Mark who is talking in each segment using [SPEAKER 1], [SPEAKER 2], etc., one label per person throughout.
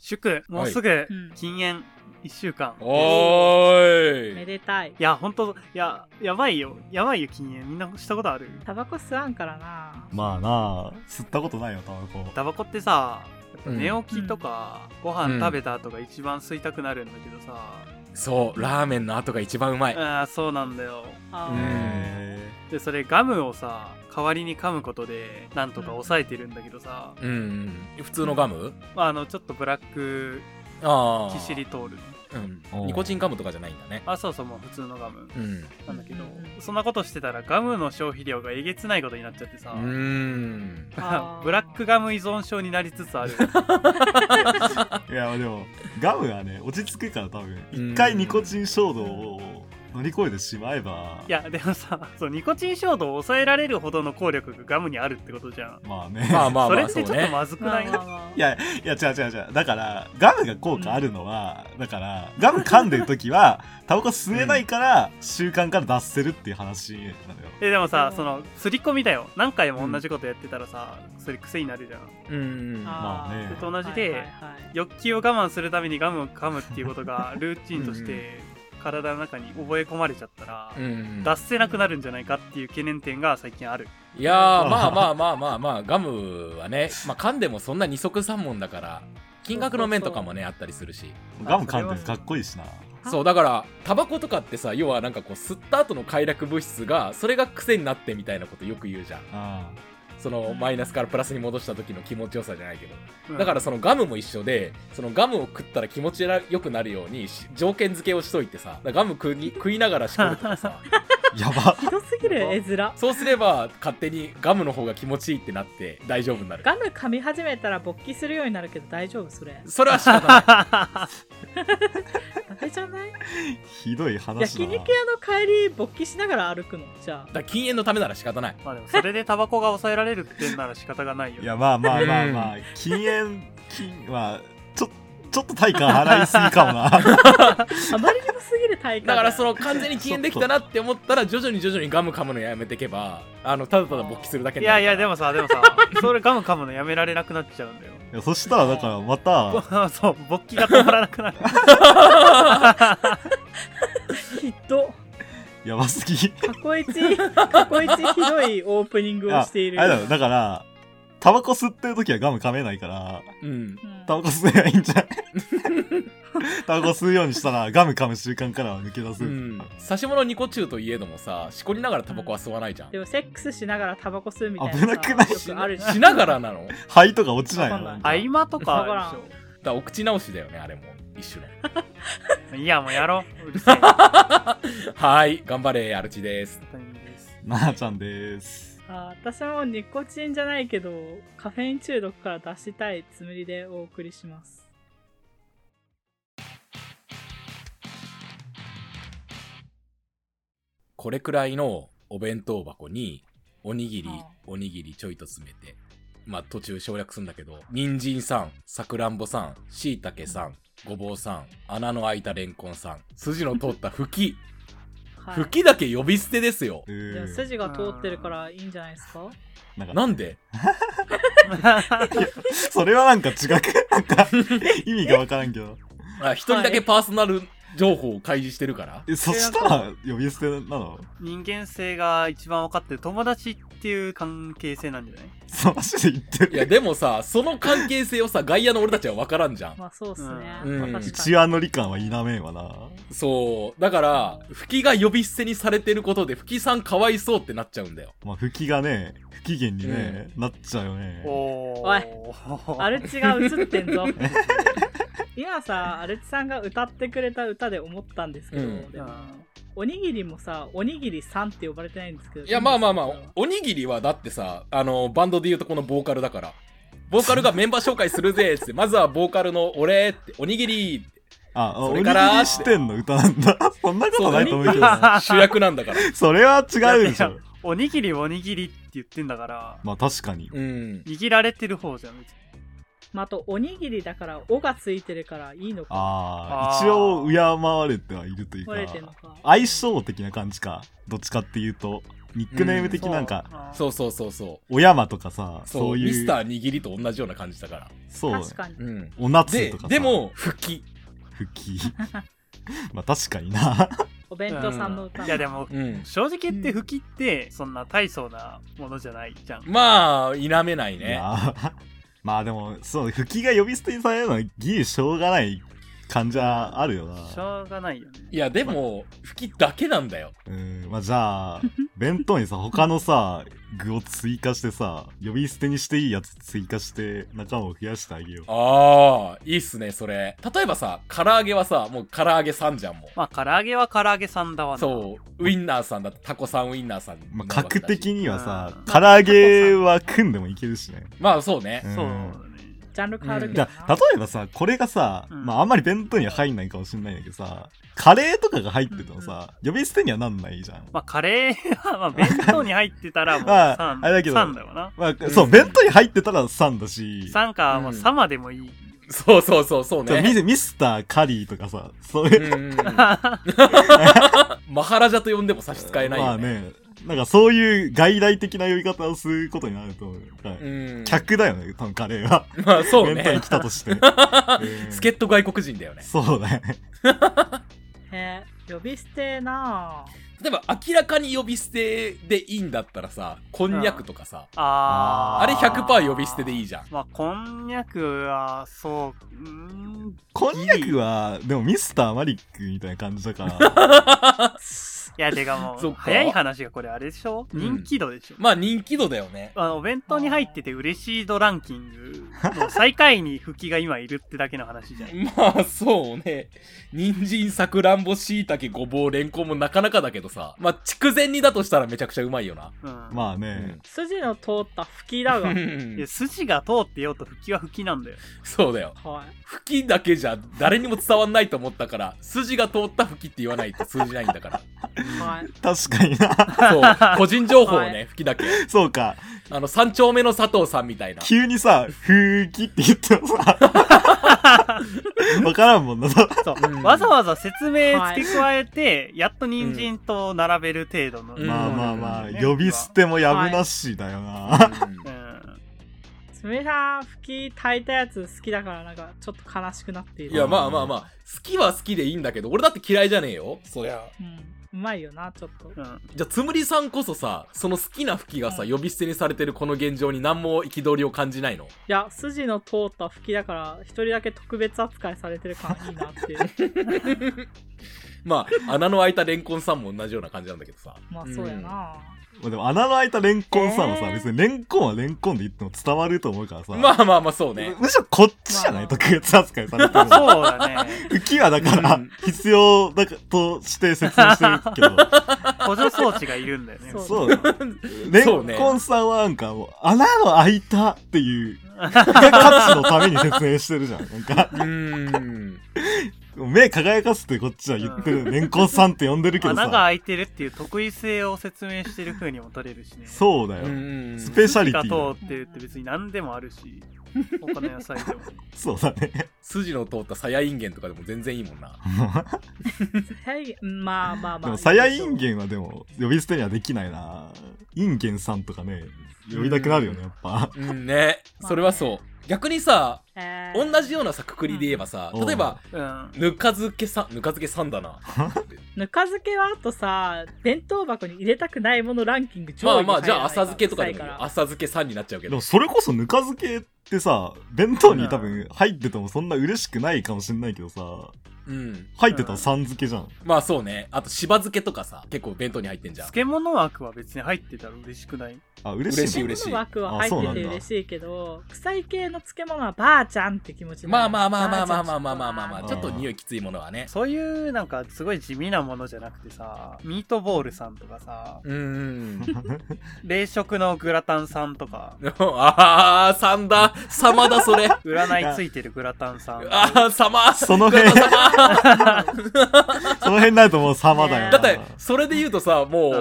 [SPEAKER 1] 祝、もうすぐ
[SPEAKER 2] うん、
[SPEAKER 1] 禁煙1週間。
[SPEAKER 3] お
[SPEAKER 2] め
[SPEAKER 3] ーい
[SPEAKER 2] でたい
[SPEAKER 1] いや、ほんと、いや、やばいよ。やばいよ、禁煙。みんなしたことある
[SPEAKER 2] タバコ吸わんからな
[SPEAKER 4] まあなあ、吸ったことないよ、タバコ。
[SPEAKER 1] タバコってさ、やっぱ
[SPEAKER 3] うん
[SPEAKER 1] 寝起きとか、ご飯食べた後が一番吸いたくなるんだけどさ、
[SPEAKER 3] そうラーメンの後が一番うまい
[SPEAKER 1] ああ、そうなんだよ。
[SPEAKER 2] あー
[SPEAKER 3] ん
[SPEAKER 1] で、それガムをさ、代わりに噛むことで、なんとか抑えてるんだけどさ、
[SPEAKER 3] うんうん普通のガム
[SPEAKER 1] まあ、あの、ちょっとブラック、
[SPEAKER 3] ああ
[SPEAKER 1] キシリトール。
[SPEAKER 3] うん
[SPEAKER 4] おー
[SPEAKER 3] ニコチンガムとかじゃないんだね
[SPEAKER 1] あ、そうそう、もう普通のガム
[SPEAKER 3] うん
[SPEAKER 1] なんだけど
[SPEAKER 2] うん、
[SPEAKER 1] そんなことしてたらガムの消費量がえげつないことになっちゃってさ
[SPEAKER 3] う、ん
[SPEAKER 2] あー
[SPEAKER 1] ブラックガム依存症になりつつあ る。
[SPEAKER 4] いや、でも、ガムはね、落ち着くから多分、
[SPEAKER 3] うん
[SPEAKER 4] 一回ニコチン衝動を乗り越えてしまえば、
[SPEAKER 1] いやでもさそうニコチン衝動を抑えられるほどの効力がガムにあるってことじゃん、
[SPEAKER 4] まあね。
[SPEAKER 3] まあまあ
[SPEAKER 1] そ
[SPEAKER 3] ま
[SPEAKER 1] れ
[SPEAKER 3] あ
[SPEAKER 1] っ
[SPEAKER 3] そ
[SPEAKER 1] て
[SPEAKER 3] う
[SPEAKER 1] ちょっと
[SPEAKER 3] ね
[SPEAKER 1] まずく
[SPEAKER 2] ま
[SPEAKER 1] な
[SPEAKER 2] あ
[SPEAKER 1] い、
[SPEAKER 2] まあまあ
[SPEAKER 4] いや、いや、違う違う違う。だから、ガムが効果あるのは、だから、ガム噛んでる時は、タバコ吸えないから、習慣から脱せるっていう話なのよ。
[SPEAKER 1] えでもさ
[SPEAKER 2] うん
[SPEAKER 1] その刷り込みだよ何回も同じことやってたらさ、それ癖になるじゃん
[SPEAKER 3] うん
[SPEAKER 4] まあね
[SPEAKER 2] ー
[SPEAKER 4] それ
[SPEAKER 1] と同じで
[SPEAKER 2] はいはいはい
[SPEAKER 1] 欲求を我慢するためにガムを噛むっていうことがルーチンとして体の中に覚え込まれちゃったら、
[SPEAKER 3] うん
[SPEAKER 1] 脱せなくなるんじゃないかっていう懸念点が最近ある
[SPEAKER 3] いやーまあまあまあまあまあガムはねまあ噛んでもそんな二足三門だから金額の面とかもねあったりするし
[SPEAKER 4] ガム噛んでるかっこいいしな。
[SPEAKER 2] あ
[SPEAKER 3] そうだからタバコとかってさ要はなんかこう吸った後の快楽物質がそれが癖になってみたいなことよく言うじゃん
[SPEAKER 4] あ
[SPEAKER 3] その
[SPEAKER 2] うん
[SPEAKER 3] マイナスからプラスに戻した時の気持ちよさじゃないけど
[SPEAKER 1] うん
[SPEAKER 3] だからそのガムも一緒でそのガムを食ったら気持ちら良くなるようにし条件付けをしといてさガム食い食いながらしこるとかさ
[SPEAKER 4] あやば。
[SPEAKER 2] ひどすぎる絵面
[SPEAKER 3] そうすれば勝手にガムの方が気持ちいいってなって大丈夫になる
[SPEAKER 2] ガム噛み始めたら勃起するようになるけど大丈夫それ
[SPEAKER 3] それは仕 方ない
[SPEAKER 2] ダメじゃない
[SPEAKER 4] ひどい
[SPEAKER 2] 焼
[SPEAKER 4] 話だな。
[SPEAKER 2] 肉屋の帰り勃起しながら歩くのじゃ
[SPEAKER 3] だから禁煙のためなら仕方ない
[SPEAKER 1] まあでもそれでタバコが抑えられるってんなら仕方がないよ
[SPEAKER 4] いや、まあまあまあまあ、禁煙、禁、まあ、ちょ、ちょっと体感払いすぎかもな。
[SPEAKER 2] ああまりにもすぎる体感
[SPEAKER 3] だからその完全に禁煙できたなって思ったら徐々に徐々にガム噛むのやめていけばあのただただ勃起するだけ
[SPEAKER 1] い
[SPEAKER 3] に
[SPEAKER 1] や
[SPEAKER 3] なる
[SPEAKER 1] い
[SPEAKER 3] から
[SPEAKER 1] やでもさでも さそれガム噛むのやめられなくなっちゃうんだよ
[SPEAKER 4] いやそしたら、だからまた、
[SPEAKER 1] そう勃起が止まらなく なる
[SPEAKER 2] きっと
[SPEAKER 4] やばすぎ。
[SPEAKER 2] 過去 一過去一ひどいオープニングを
[SPEAKER 4] あ
[SPEAKER 2] している
[SPEAKER 4] あれだよ、だから、タバコ吸ってる時はガム噛めないから、
[SPEAKER 3] うん
[SPEAKER 2] うん
[SPEAKER 4] タバコ吸えばいいんじゃないタバコ吸うようにしたらガム噛む習慣からは抜け出せ
[SPEAKER 3] う
[SPEAKER 4] る、
[SPEAKER 3] ん、刺し物ニコ中といえどもさしこりながらタバコは吸わないじゃん
[SPEAKER 2] でもセックスしながらタバコ吸うみたいなさ
[SPEAKER 4] 危なくない
[SPEAKER 2] よくあるじゃん
[SPEAKER 3] しながらなのだか
[SPEAKER 4] 肺とか落ちない
[SPEAKER 2] わか
[SPEAKER 4] の
[SPEAKER 2] ん
[SPEAKER 1] 合間とかある
[SPEAKER 3] らお口直しだよねあれも一種の
[SPEAKER 1] でしょいやもうやろううるせえ本
[SPEAKER 3] はーい頑張れアルチです
[SPEAKER 1] 当にです
[SPEAKER 4] なあちゃんです
[SPEAKER 2] あ私もニコチンじゃないけどカフェイン中毒から脱したいつもりでお送りします
[SPEAKER 3] これくらいのお弁当箱におにぎり
[SPEAKER 2] うん
[SPEAKER 3] おにぎりちょいと詰めてまあ途中省略するんだけど人参さんさくらんぼさんしいたけさんごぼうさん穴の開いたレンコンさん筋の通ったふき
[SPEAKER 2] はい
[SPEAKER 3] 吹きだけ呼び捨てですよ。
[SPEAKER 4] う
[SPEAKER 2] いや
[SPEAKER 4] ー
[SPEAKER 2] 筋が通ってるからいいんじゃないですか
[SPEAKER 4] なんか
[SPEAKER 3] なんで
[SPEAKER 4] それはなんか違く なんか意味がわからんけど
[SPEAKER 3] あ一人だけパーソナル情報を開示してるから。
[SPEAKER 4] えそしたら呼び捨てなの
[SPEAKER 1] 人間性が一番分かってる友達っていう関係性なんじゃない
[SPEAKER 4] その足で言って
[SPEAKER 3] いや、
[SPEAKER 4] る
[SPEAKER 3] でもさ、その関係性をさ、外野の俺たちは分からんじゃん。
[SPEAKER 2] まあそうっすね、
[SPEAKER 3] うん
[SPEAKER 2] まあ確かに
[SPEAKER 4] 一話の理感は否めんわな
[SPEAKER 3] そう。だから、吹きが呼び捨てにされてることで、吹きさんかわいそうってなっちゃうんだよ。
[SPEAKER 4] まあ吹きがね不機嫌にね、なっちゃうよね
[SPEAKER 1] お
[SPEAKER 2] おい
[SPEAKER 1] ー
[SPEAKER 2] アルチが映ってんぞ今さアルチさんが歌ってくれた歌で思ったんですけど、
[SPEAKER 3] うん
[SPEAKER 2] でもおにぎりもさおにぎりさんって呼ばれてないんですけど
[SPEAKER 3] いや、まあまあまあ、おにぎりはだってさ、あの、バンドで言うとこのボーカルだから。ボーカルがメンバー紹介するぜっつって、まずはボーカルの俺って、おにぎり
[SPEAKER 4] ああ
[SPEAKER 3] そ
[SPEAKER 4] お
[SPEAKER 3] れ
[SPEAKER 4] に
[SPEAKER 3] か
[SPEAKER 4] ぎ
[SPEAKER 3] ら
[SPEAKER 4] りしてんの歌なんだそんなことないと思うけど
[SPEAKER 1] そうだね
[SPEAKER 3] 主役なんだ から。
[SPEAKER 4] それは違うでし
[SPEAKER 1] いやい
[SPEAKER 4] ょ
[SPEAKER 1] やおにぎりおにぎりって言ってんだから
[SPEAKER 4] まあ確かに
[SPEAKER 3] うん。
[SPEAKER 1] 握られてる方じゃん別に
[SPEAKER 2] まああとおにぎりだから「お」がついてるからいいのか
[SPEAKER 4] ああ
[SPEAKER 1] あー
[SPEAKER 4] 一応敬われてはいるというか
[SPEAKER 2] 取れてんのか
[SPEAKER 4] 相性的な感じかどっちかっていうとニックネーム的なんか、
[SPEAKER 1] う
[SPEAKER 3] そうそうそうそう
[SPEAKER 4] お山とかさ、
[SPEAKER 3] そう
[SPEAKER 4] そう
[SPEAKER 3] ミ
[SPEAKER 4] い
[SPEAKER 3] ス
[SPEAKER 4] う
[SPEAKER 3] タ。ー握りと同じような感じだから
[SPEAKER 4] そう。
[SPEAKER 2] 確かに。
[SPEAKER 3] うん
[SPEAKER 4] お夏
[SPEAKER 3] で
[SPEAKER 4] とかさ。
[SPEAKER 3] で、も吹き
[SPEAKER 4] 吹き。まあ確かにな。
[SPEAKER 2] お弁当さんの歌。
[SPEAKER 1] いやでも
[SPEAKER 3] うん
[SPEAKER 1] 正直言って吹きってそんな大層なものじゃないじゃん、
[SPEAKER 3] まあ否めない
[SPEAKER 4] い
[SPEAKER 3] ね
[SPEAKER 4] やー まあでも、そう、吹きが呼び捨てにされるのはギリしょうがない感じはあるよな。
[SPEAKER 1] しょうがないよね
[SPEAKER 3] いやでも吹きだけなんだよ
[SPEAKER 4] うん、まあじゃあ、弁当にさ、他のさ、具を追加してさ、呼び捨てにしていいやつ追加して仲間を増やしてあげよう。
[SPEAKER 3] ああいいっすねそれ例えばさ唐揚げはさもう唐揚げさんじゃんもう
[SPEAKER 1] まあ唐揚げは唐揚げさんだわな
[SPEAKER 3] そうウインナーさんだってタコさんウインナーさん
[SPEAKER 4] まあ、
[SPEAKER 3] なわけ
[SPEAKER 4] 格
[SPEAKER 3] だし
[SPEAKER 4] 的にはさ、
[SPEAKER 1] うん
[SPEAKER 4] 唐揚げは組んでもいけるしね。
[SPEAKER 3] まあそうね
[SPEAKER 4] うん
[SPEAKER 1] そうだね
[SPEAKER 2] ジャンル変わるけ
[SPEAKER 4] じ
[SPEAKER 2] ど
[SPEAKER 4] ゃ
[SPEAKER 2] な。
[SPEAKER 4] あ、例えばさ、これがさ、
[SPEAKER 1] うん
[SPEAKER 4] まああんまり弁当には入んないかもしれないんだけどさ、カレーとかが入っててもさ、呼び捨てにはなんないじゃん。
[SPEAKER 1] まあカレーはまあ弁当に入ってたら もう
[SPEAKER 4] まあ
[SPEAKER 1] 3、
[SPEAKER 4] あれだけど
[SPEAKER 1] 3だわな
[SPEAKER 4] ま
[SPEAKER 3] う
[SPEAKER 4] あ、
[SPEAKER 3] ん
[SPEAKER 4] そう、弁当に入ってたら3だし、
[SPEAKER 1] 3か、まあ、
[SPEAKER 3] うん
[SPEAKER 1] 3までもい い
[SPEAKER 3] そうそうそうそう
[SPEAKER 4] そう
[SPEAKER 3] ね
[SPEAKER 4] ミミスターカリーとかさ、そう
[SPEAKER 3] う
[SPEAKER 4] いうん
[SPEAKER 3] うんうんマハラジャと呼んでも差し支えない
[SPEAKER 4] ま
[SPEAKER 3] よ
[SPEAKER 4] あ
[SPEAKER 3] ね,、
[SPEAKER 4] ね、なんかそういう外来的な呼び方をすることになると思う。はい
[SPEAKER 3] うん
[SPEAKER 4] 客だよね、多分カレーは。
[SPEAKER 3] まあそう
[SPEAKER 4] 弁当に
[SPEAKER 3] ね
[SPEAKER 4] 来た として。うん
[SPEAKER 3] 助っ人外国人だよね
[SPEAKER 4] そうだね。
[SPEAKER 2] へえ、呼び捨てなぁ。
[SPEAKER 3] 例えば明らかに呼び捨てでいいんだったらさこんにゃくとかさ、
[SPEAKER 1] あー
[SPEAKER 3] あれ100%呼び捨てでいいじゃん
[SPEAKER 1] まあこんにゃくはそううーん
[SPEAKER 4] こんにゃくは、でもミスターマリックみたいな感じだ から。
[SPEAKER 1] いやてかも
[SPEAKER 3] そうっか
[SPEAKER 1] 早い話がこれあれでしょ、
[SPEAKER 3] うん
[SPEAKER 1] 人気度でしょ、
[SPEAKER 3] まあ人気度だよね
[SPEAKER 1] あのお弁当に入ってて嬉しい度ランキングの最下位に吹きが今いるってだけの話じゃん
[SPEAKER 3] まあそうね人参さくらんぼしいたけごぼうれんこんもなかなかだけどさまあ筑前煮だとしたらめちゃくちゃう まいよな、
[SPEAKER 1] うん
[SPEAKER 4] まあね。
[SPEAKER 2] 筋の通った吹きだが。はい。
[SPEAKER 1] いや筋が通ってようと吹きは吹きなんだよ
[SPEAKER 3] そうだよ吹きだけじゃ誰にも伝わんないと思ったから筋が通った吹きって言わないと通じないんだか
[SPEAKER 2] はい。
[SPEAKER 4] 確かにな。
[SPEAKER 3] らそう個人情報を
[SPEAKER 2] は
[SPEAKER 3] ね吹きだけ
[SPEAKER 4] そうか。
[SPEAKER 3] あの三丁目の佐藤さんみたいな
[SPEAKER 4] 急にさ、ふーきって言っても さ、わからんもんな。
[SPEAKER 1] そう、
[SPEAKER 3] うん
[SPEAKER 1] わざわざ説明付け加えて、やっと人参と並べる程度の、
[SPEAKER 3] うん
[SPEAKER 4] まあまあまあ、
[SPEAKER 1] うん
[SPEAKER 4] 呼び捨てもやぶなしだよな。
[SPEAKER 1] うん
[SPEAKER 2] すみさん、吹き炊いたやつ好きだから、なんか、ちょっと悲しくなっている。
[SPEAKER 3] いやまあまあまあ好きは好きでいいんだけど俺だって嫌いじゃねえよそりゃ
[SPEAKER 2] うん。うまいよな、ちょっと。
[SPEAKER 1] うん
[SPEAKER 3] じゃあつむりさんこそさその好きな吹きがさ
[SPEAKER 2] うん
[SPEAKER 3] 呼び捨てにされてるこの現状に何も憤りを感じないの
[SPEAKER 2] いや、筋の通った吹きだから、一人だけ特別扱いされてる感いいな っていう。
[SPEAKER 3] まあ穴の開いたレンコンさんも同じような感じなんだけどさ
[SPEAKER 2] まあ、そうやな
[SPEAKER 4] まあでも穴の開いたレンコンさんは
[SPEAKER 2] え
[SPEAKER 4] さ、
[SPEAKER 2] ー
[SPEAKER 4] 別にレンコンはレンコンで言っても伝わると思うからさ。
[SPEAKER 3] まあまあまあそうね
[SPEAKER 4] むしろこっちじゃな
[SPEAKER 2] ま
[SPEAKER 4] い、
[SPEAKER 2] あ
[SPEAKER 4] 特別扱いされてるの。
[SPEAKER 1] そうだね
[SPEAKER 4] 浮きはだか
[SPEAKER 3] う
[SPEAKER 4] ら
[SPEAKER 3] ん、
[SPEAKER 4] 必要だかとして説明してる けど、
[SPEAKER 1] 補助装置がいるんだよね
[SPEAKER 2] そう
[SPEAKER 4] そうだレ
[SPEAKER 3] そうね
[SPEAKER 4] ンコンさんはなんかもう、穴の開いたっていう、価値のために説明してるじゃん。なんか、
[SPEAKER 3] うーん
[SPEAKER 4] 目輝かすってこっちは言ってる。レンコンさんって呼んでるけど
[SPEAKER 1] 穴が
[SPEAKER 4] さ、
[SPEAKER 1] 開いてるっていう得意性を説明してる風にも取れるしね
[SPEAKER 4] そうだ
[SPEAKER 3] う
[SPEAKER 4] よ。
[SPEAKER 3] ーん
[SPEAKER 4] スペシャリテ
[SPEAKER 1] が通
[SPEAKER 4] ィ。
[SPEAKER 1] ってるって別に何でもある し他の野菜でも
[SPEAKER 4] そうだね。
[SPEAKER 3] 筋の通ったさやいんげんとかでも全然いいもんな
[SPEAKER 2] さやいうんまあまあ
[SPEAKER 4] で
[SPEAKER 2] まあ。
[SPEAKER 4] も、さやインゲンはでも、呼び捨てにはできないな。インゲンさんとかね、呼びたくなるよね、やっぱ。
[SPEAKER 3] うんねそれはそう逆にさ
[SPEAKER 2] えー
[SPEAKER 3] 同じようなさくくりで言えばさ
[SPEAKER 4] うん
[SPEAKER 3] 例えば
[SPEAKER 1] うん
[SPEAKER 3] ぬか漬けさんぬか漬けさんだな
[SPEAKER 2] ぬか漬けはあとさ、弁当箱に入れたくないものランキング
[SPEAKER 3] まあ
[SPEAKER 2] 上位に入らない
[SPEAKER 3] まあじゃあ浅漬けとかでもいい
[SPEAKER 2] 臭
[SPEAKER 3] よ
[SPEAKER 2] いら
[SPEAKER 3] 浅漬けさんになっちゃうけ
[SPEAKER 4] で
[SPEAKER 3] ど
[SPEAKER 4] も、それこそぬか漬けってさ、弁当に多分入っててもそんな嬉しくないかもしれないけどさ、
[SPEAKER 3] うん
[SPEAKER 4] 入ってたらさん漬けじゃん。
[SPEAKER 3] まあそうねあとしば漬けとかさ結構弁当に入ってんじゃん
[SPEAKER 1] 漬物枠は別に入ってたら嬉しくない
[SPEAKER 4] あ、嬉しい。
[SPEAKER 3] 嬉しい嬉しい
[SPEAKER 2] 漬物枠は入ってて嬉しいけど、臭い系の漬物はばあちゃんって気持ちにな
[SPEAKER 3] まあ
[SPEAKER 2] る
[SPEAKER 3] まあまあまあまあまあまあまあまあまあ
[SPEAKER 4] うん
[SPEAKER 3] ちょっと匂いきついものはね
[SPEAKER 1] そういうなんかすごい地味なものじゃなくてさミートボールさんとかさ
[SPEAKER 3] うん
[SPEAKER 1] 冷食のグラタンさんとか
[SPEAKER 3] ああさんだ様だそれあ
[SPEAKER 1] 占いついてるグラタンさん
[SPEAKER 3] あ様
[SPEAKER 4] その
[SPEAKER 3] グラ
[SPEAKER 4] 辺
[SPEAKER 3] タン様
[SPEAKER 4] その辺になるともう様だよ。
[SPEAKER 3] だって、それで言うとさ、もう、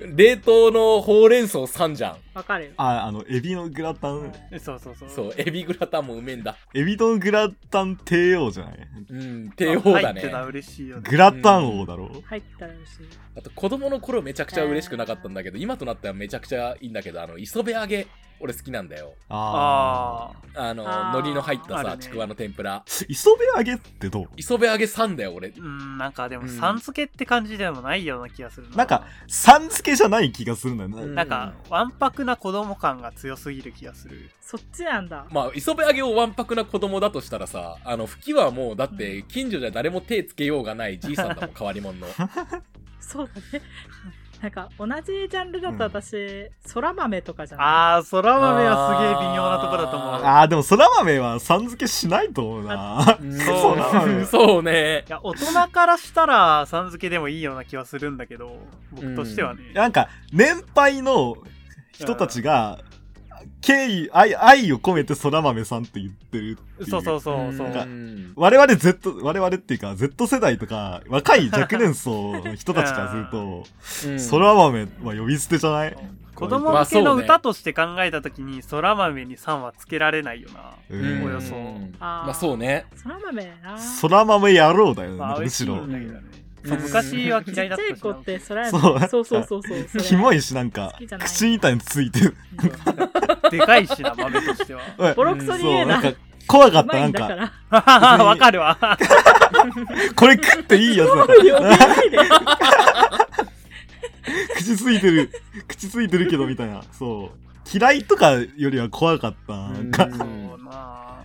[SPEAKER 1] う
[SPEAKER 3] 冷凍のほうれん草さんじゃん。
[SPEAKER 2] わかるよ。
[SPEAKER 4] あ、あの、エビのグラタン、
[SPEAKER 1] んそうそうそう。
[SPEAKER 3] そう、エビグラタンもうめえんだ。
[SPEAKER 4] エビのグラタン帝王じゃない
[SPEAKER 3] うん、帝王だ
[SPEAKER 1] 入って
[SPEAKER 3] ね
[SPEAKER 1] た。ら嬉しいよね。
[SPEAKER 4] グラタン王だろ、
[SPEAKER 2] 入ったら嬉しい。
[SPEAKER 3] あと、子供の頃めちゃくちゃ嬉しくなかったんだけど、今となってはめちゃくちゃいいんだけど、あの、磯辺揚げ、俺好きなんだよ。
[SPEAKER 4] ああ。
[SPEAKER 1] あ
[SPEAKER 3] あの、
[SPEAKER 2] あー
[SPEAKER 3] 海苔の入った
[SPEAKER 1] ある
[SPEAKER 3] さ、
[SPEAKER 1] ね
[SPEAKER 3] ちくわの天ぷら。
[SPEAKER 4] 磯辺揚げってどう
[SPEAKER 3] 磯辺揚げさんだよ、俺
[SPEAKER 1] あ。。うん、なんかで
[SPEAKER 3] う
[SPEAKER 1] も、
[SPEAKER 3] ん
[SPEAKER 1] さん付けって感じでもないような気がする
[SPEAKER 4] なんか、さん付けじゃない気がするんだよね。
[SPEAKER 3] うん
[SPEAKER 1] なんか、わんぱくな子供感が強すぎる気がする。
[SPEAKER 2] そっちなんだ。
[SPEAKER 3] まあ、磯辺揚げをわんぱくな子供だとしたらさ、あの、吹きはもう、だって、近所じゃ誰も手つけようがないじいさんだもん、変わり者の。
[SPEAKER 2] そうだね。なんか同じジャンルだと私、そら豆とかじゃない
[SPEAKER 1] あー、そら豆はすげえ微妙なとこだと思う。
[SPEAKER 3] あ
[SPEAKER 1] い
[SPEAKER 4] ああ、でも、そら豆はさん付けしないと思う な。
[SPEAKER 1] そう
[SPEAKER 4] なの
[SPEAKER 3] んそうね。
[SPEAKER 1] や、大人からしたら、さん付けでもいいような気はするんだけど、僕としてはね。
[SPEAKER 4] なんか、年配の人たちが、敬意、愛、愛を込めてそら豆さんって言ってるっていう。
[SPEAKER 1] そうそうそうそう。
[SPEAKER 3] うん
[SPEAKER 4] 我々 Z、我々っていうか Z 世代とか若い若年層の人たちからすると、
[SPEAKER 3] うん
[SPEAKER 4] そら豆は呼び捨てじゃない
[SPEAKER 1] 子供向けの歌として考えたときに、そら豆にさんはつけられないよな。
[SPEAKER 4] うん
[SPEAKER 1] およそ
[SPEAKER 3] うん
[SPEAKER 2] あー
[SPEAKER 3] まあそうね。
[SPEAKER 2] そら豆な。
[SPEAKER 4] そら豆野郎だよね、
[SPEAKER 1] まあ、美
[SPEAKER 4] む
[SPEAKER 1] 味し
[SPEAKER 4] し
[SPEAKER 1] い
[SPEAKER 4] ろ
[SPEAKER 1] ん。だけどね。
[SPEAKER 3] うん
[SPEAKER 1] そう昔は嫌いだ
[SPEAKER 2] ち
[SPEAKER 1] っ
[SPEAKER 2] っち
[SPEAKER 1] た
[SPEAKER 2] ゃい
[SPEAKER 1] し
[SPEAKER 2] 子
[SPEAKER 1] な
[SPEAKER 2] ってそら
[SPEAKER 4] そう
[SPEAKER 2] 豆。そうそうそうそう。それ
[SPEAKER 4] キモいし、なんか
[SPEAKER 2] 好きじゃ、ない
[SPEAKER 4] 口みたいについてる。
[SPEAKER 1] でかいしな、豆としては。
[SPEAKER 4] おい
[SPEAKER 2] ボロクソに言
[SPEAKER 4] そう、
[SPEAKER 2] えな。
[SPEAKER 4] ないんか、怖か
[SPEAKER 2] う
[SPEAKER 4] った、
[SPEAKER 2] ま
[SPEAKER 4] ないん
[SPEAKER 2] んだか
[SPEAKER 4] か、
[SPEAKER 2] ら。
[SPEAKER 1] わかるわ。
[SPEAKER 4] これ食っていいやつだ
[SPEAKER 2] 呼べないで。
[SPEAKER 4] 口ついてる、口ついてるけど、みたいな。そう。嫌いとかよりは怖かった。なんか
[SPEAKER 3] うん
[SPEAKER 1] そうな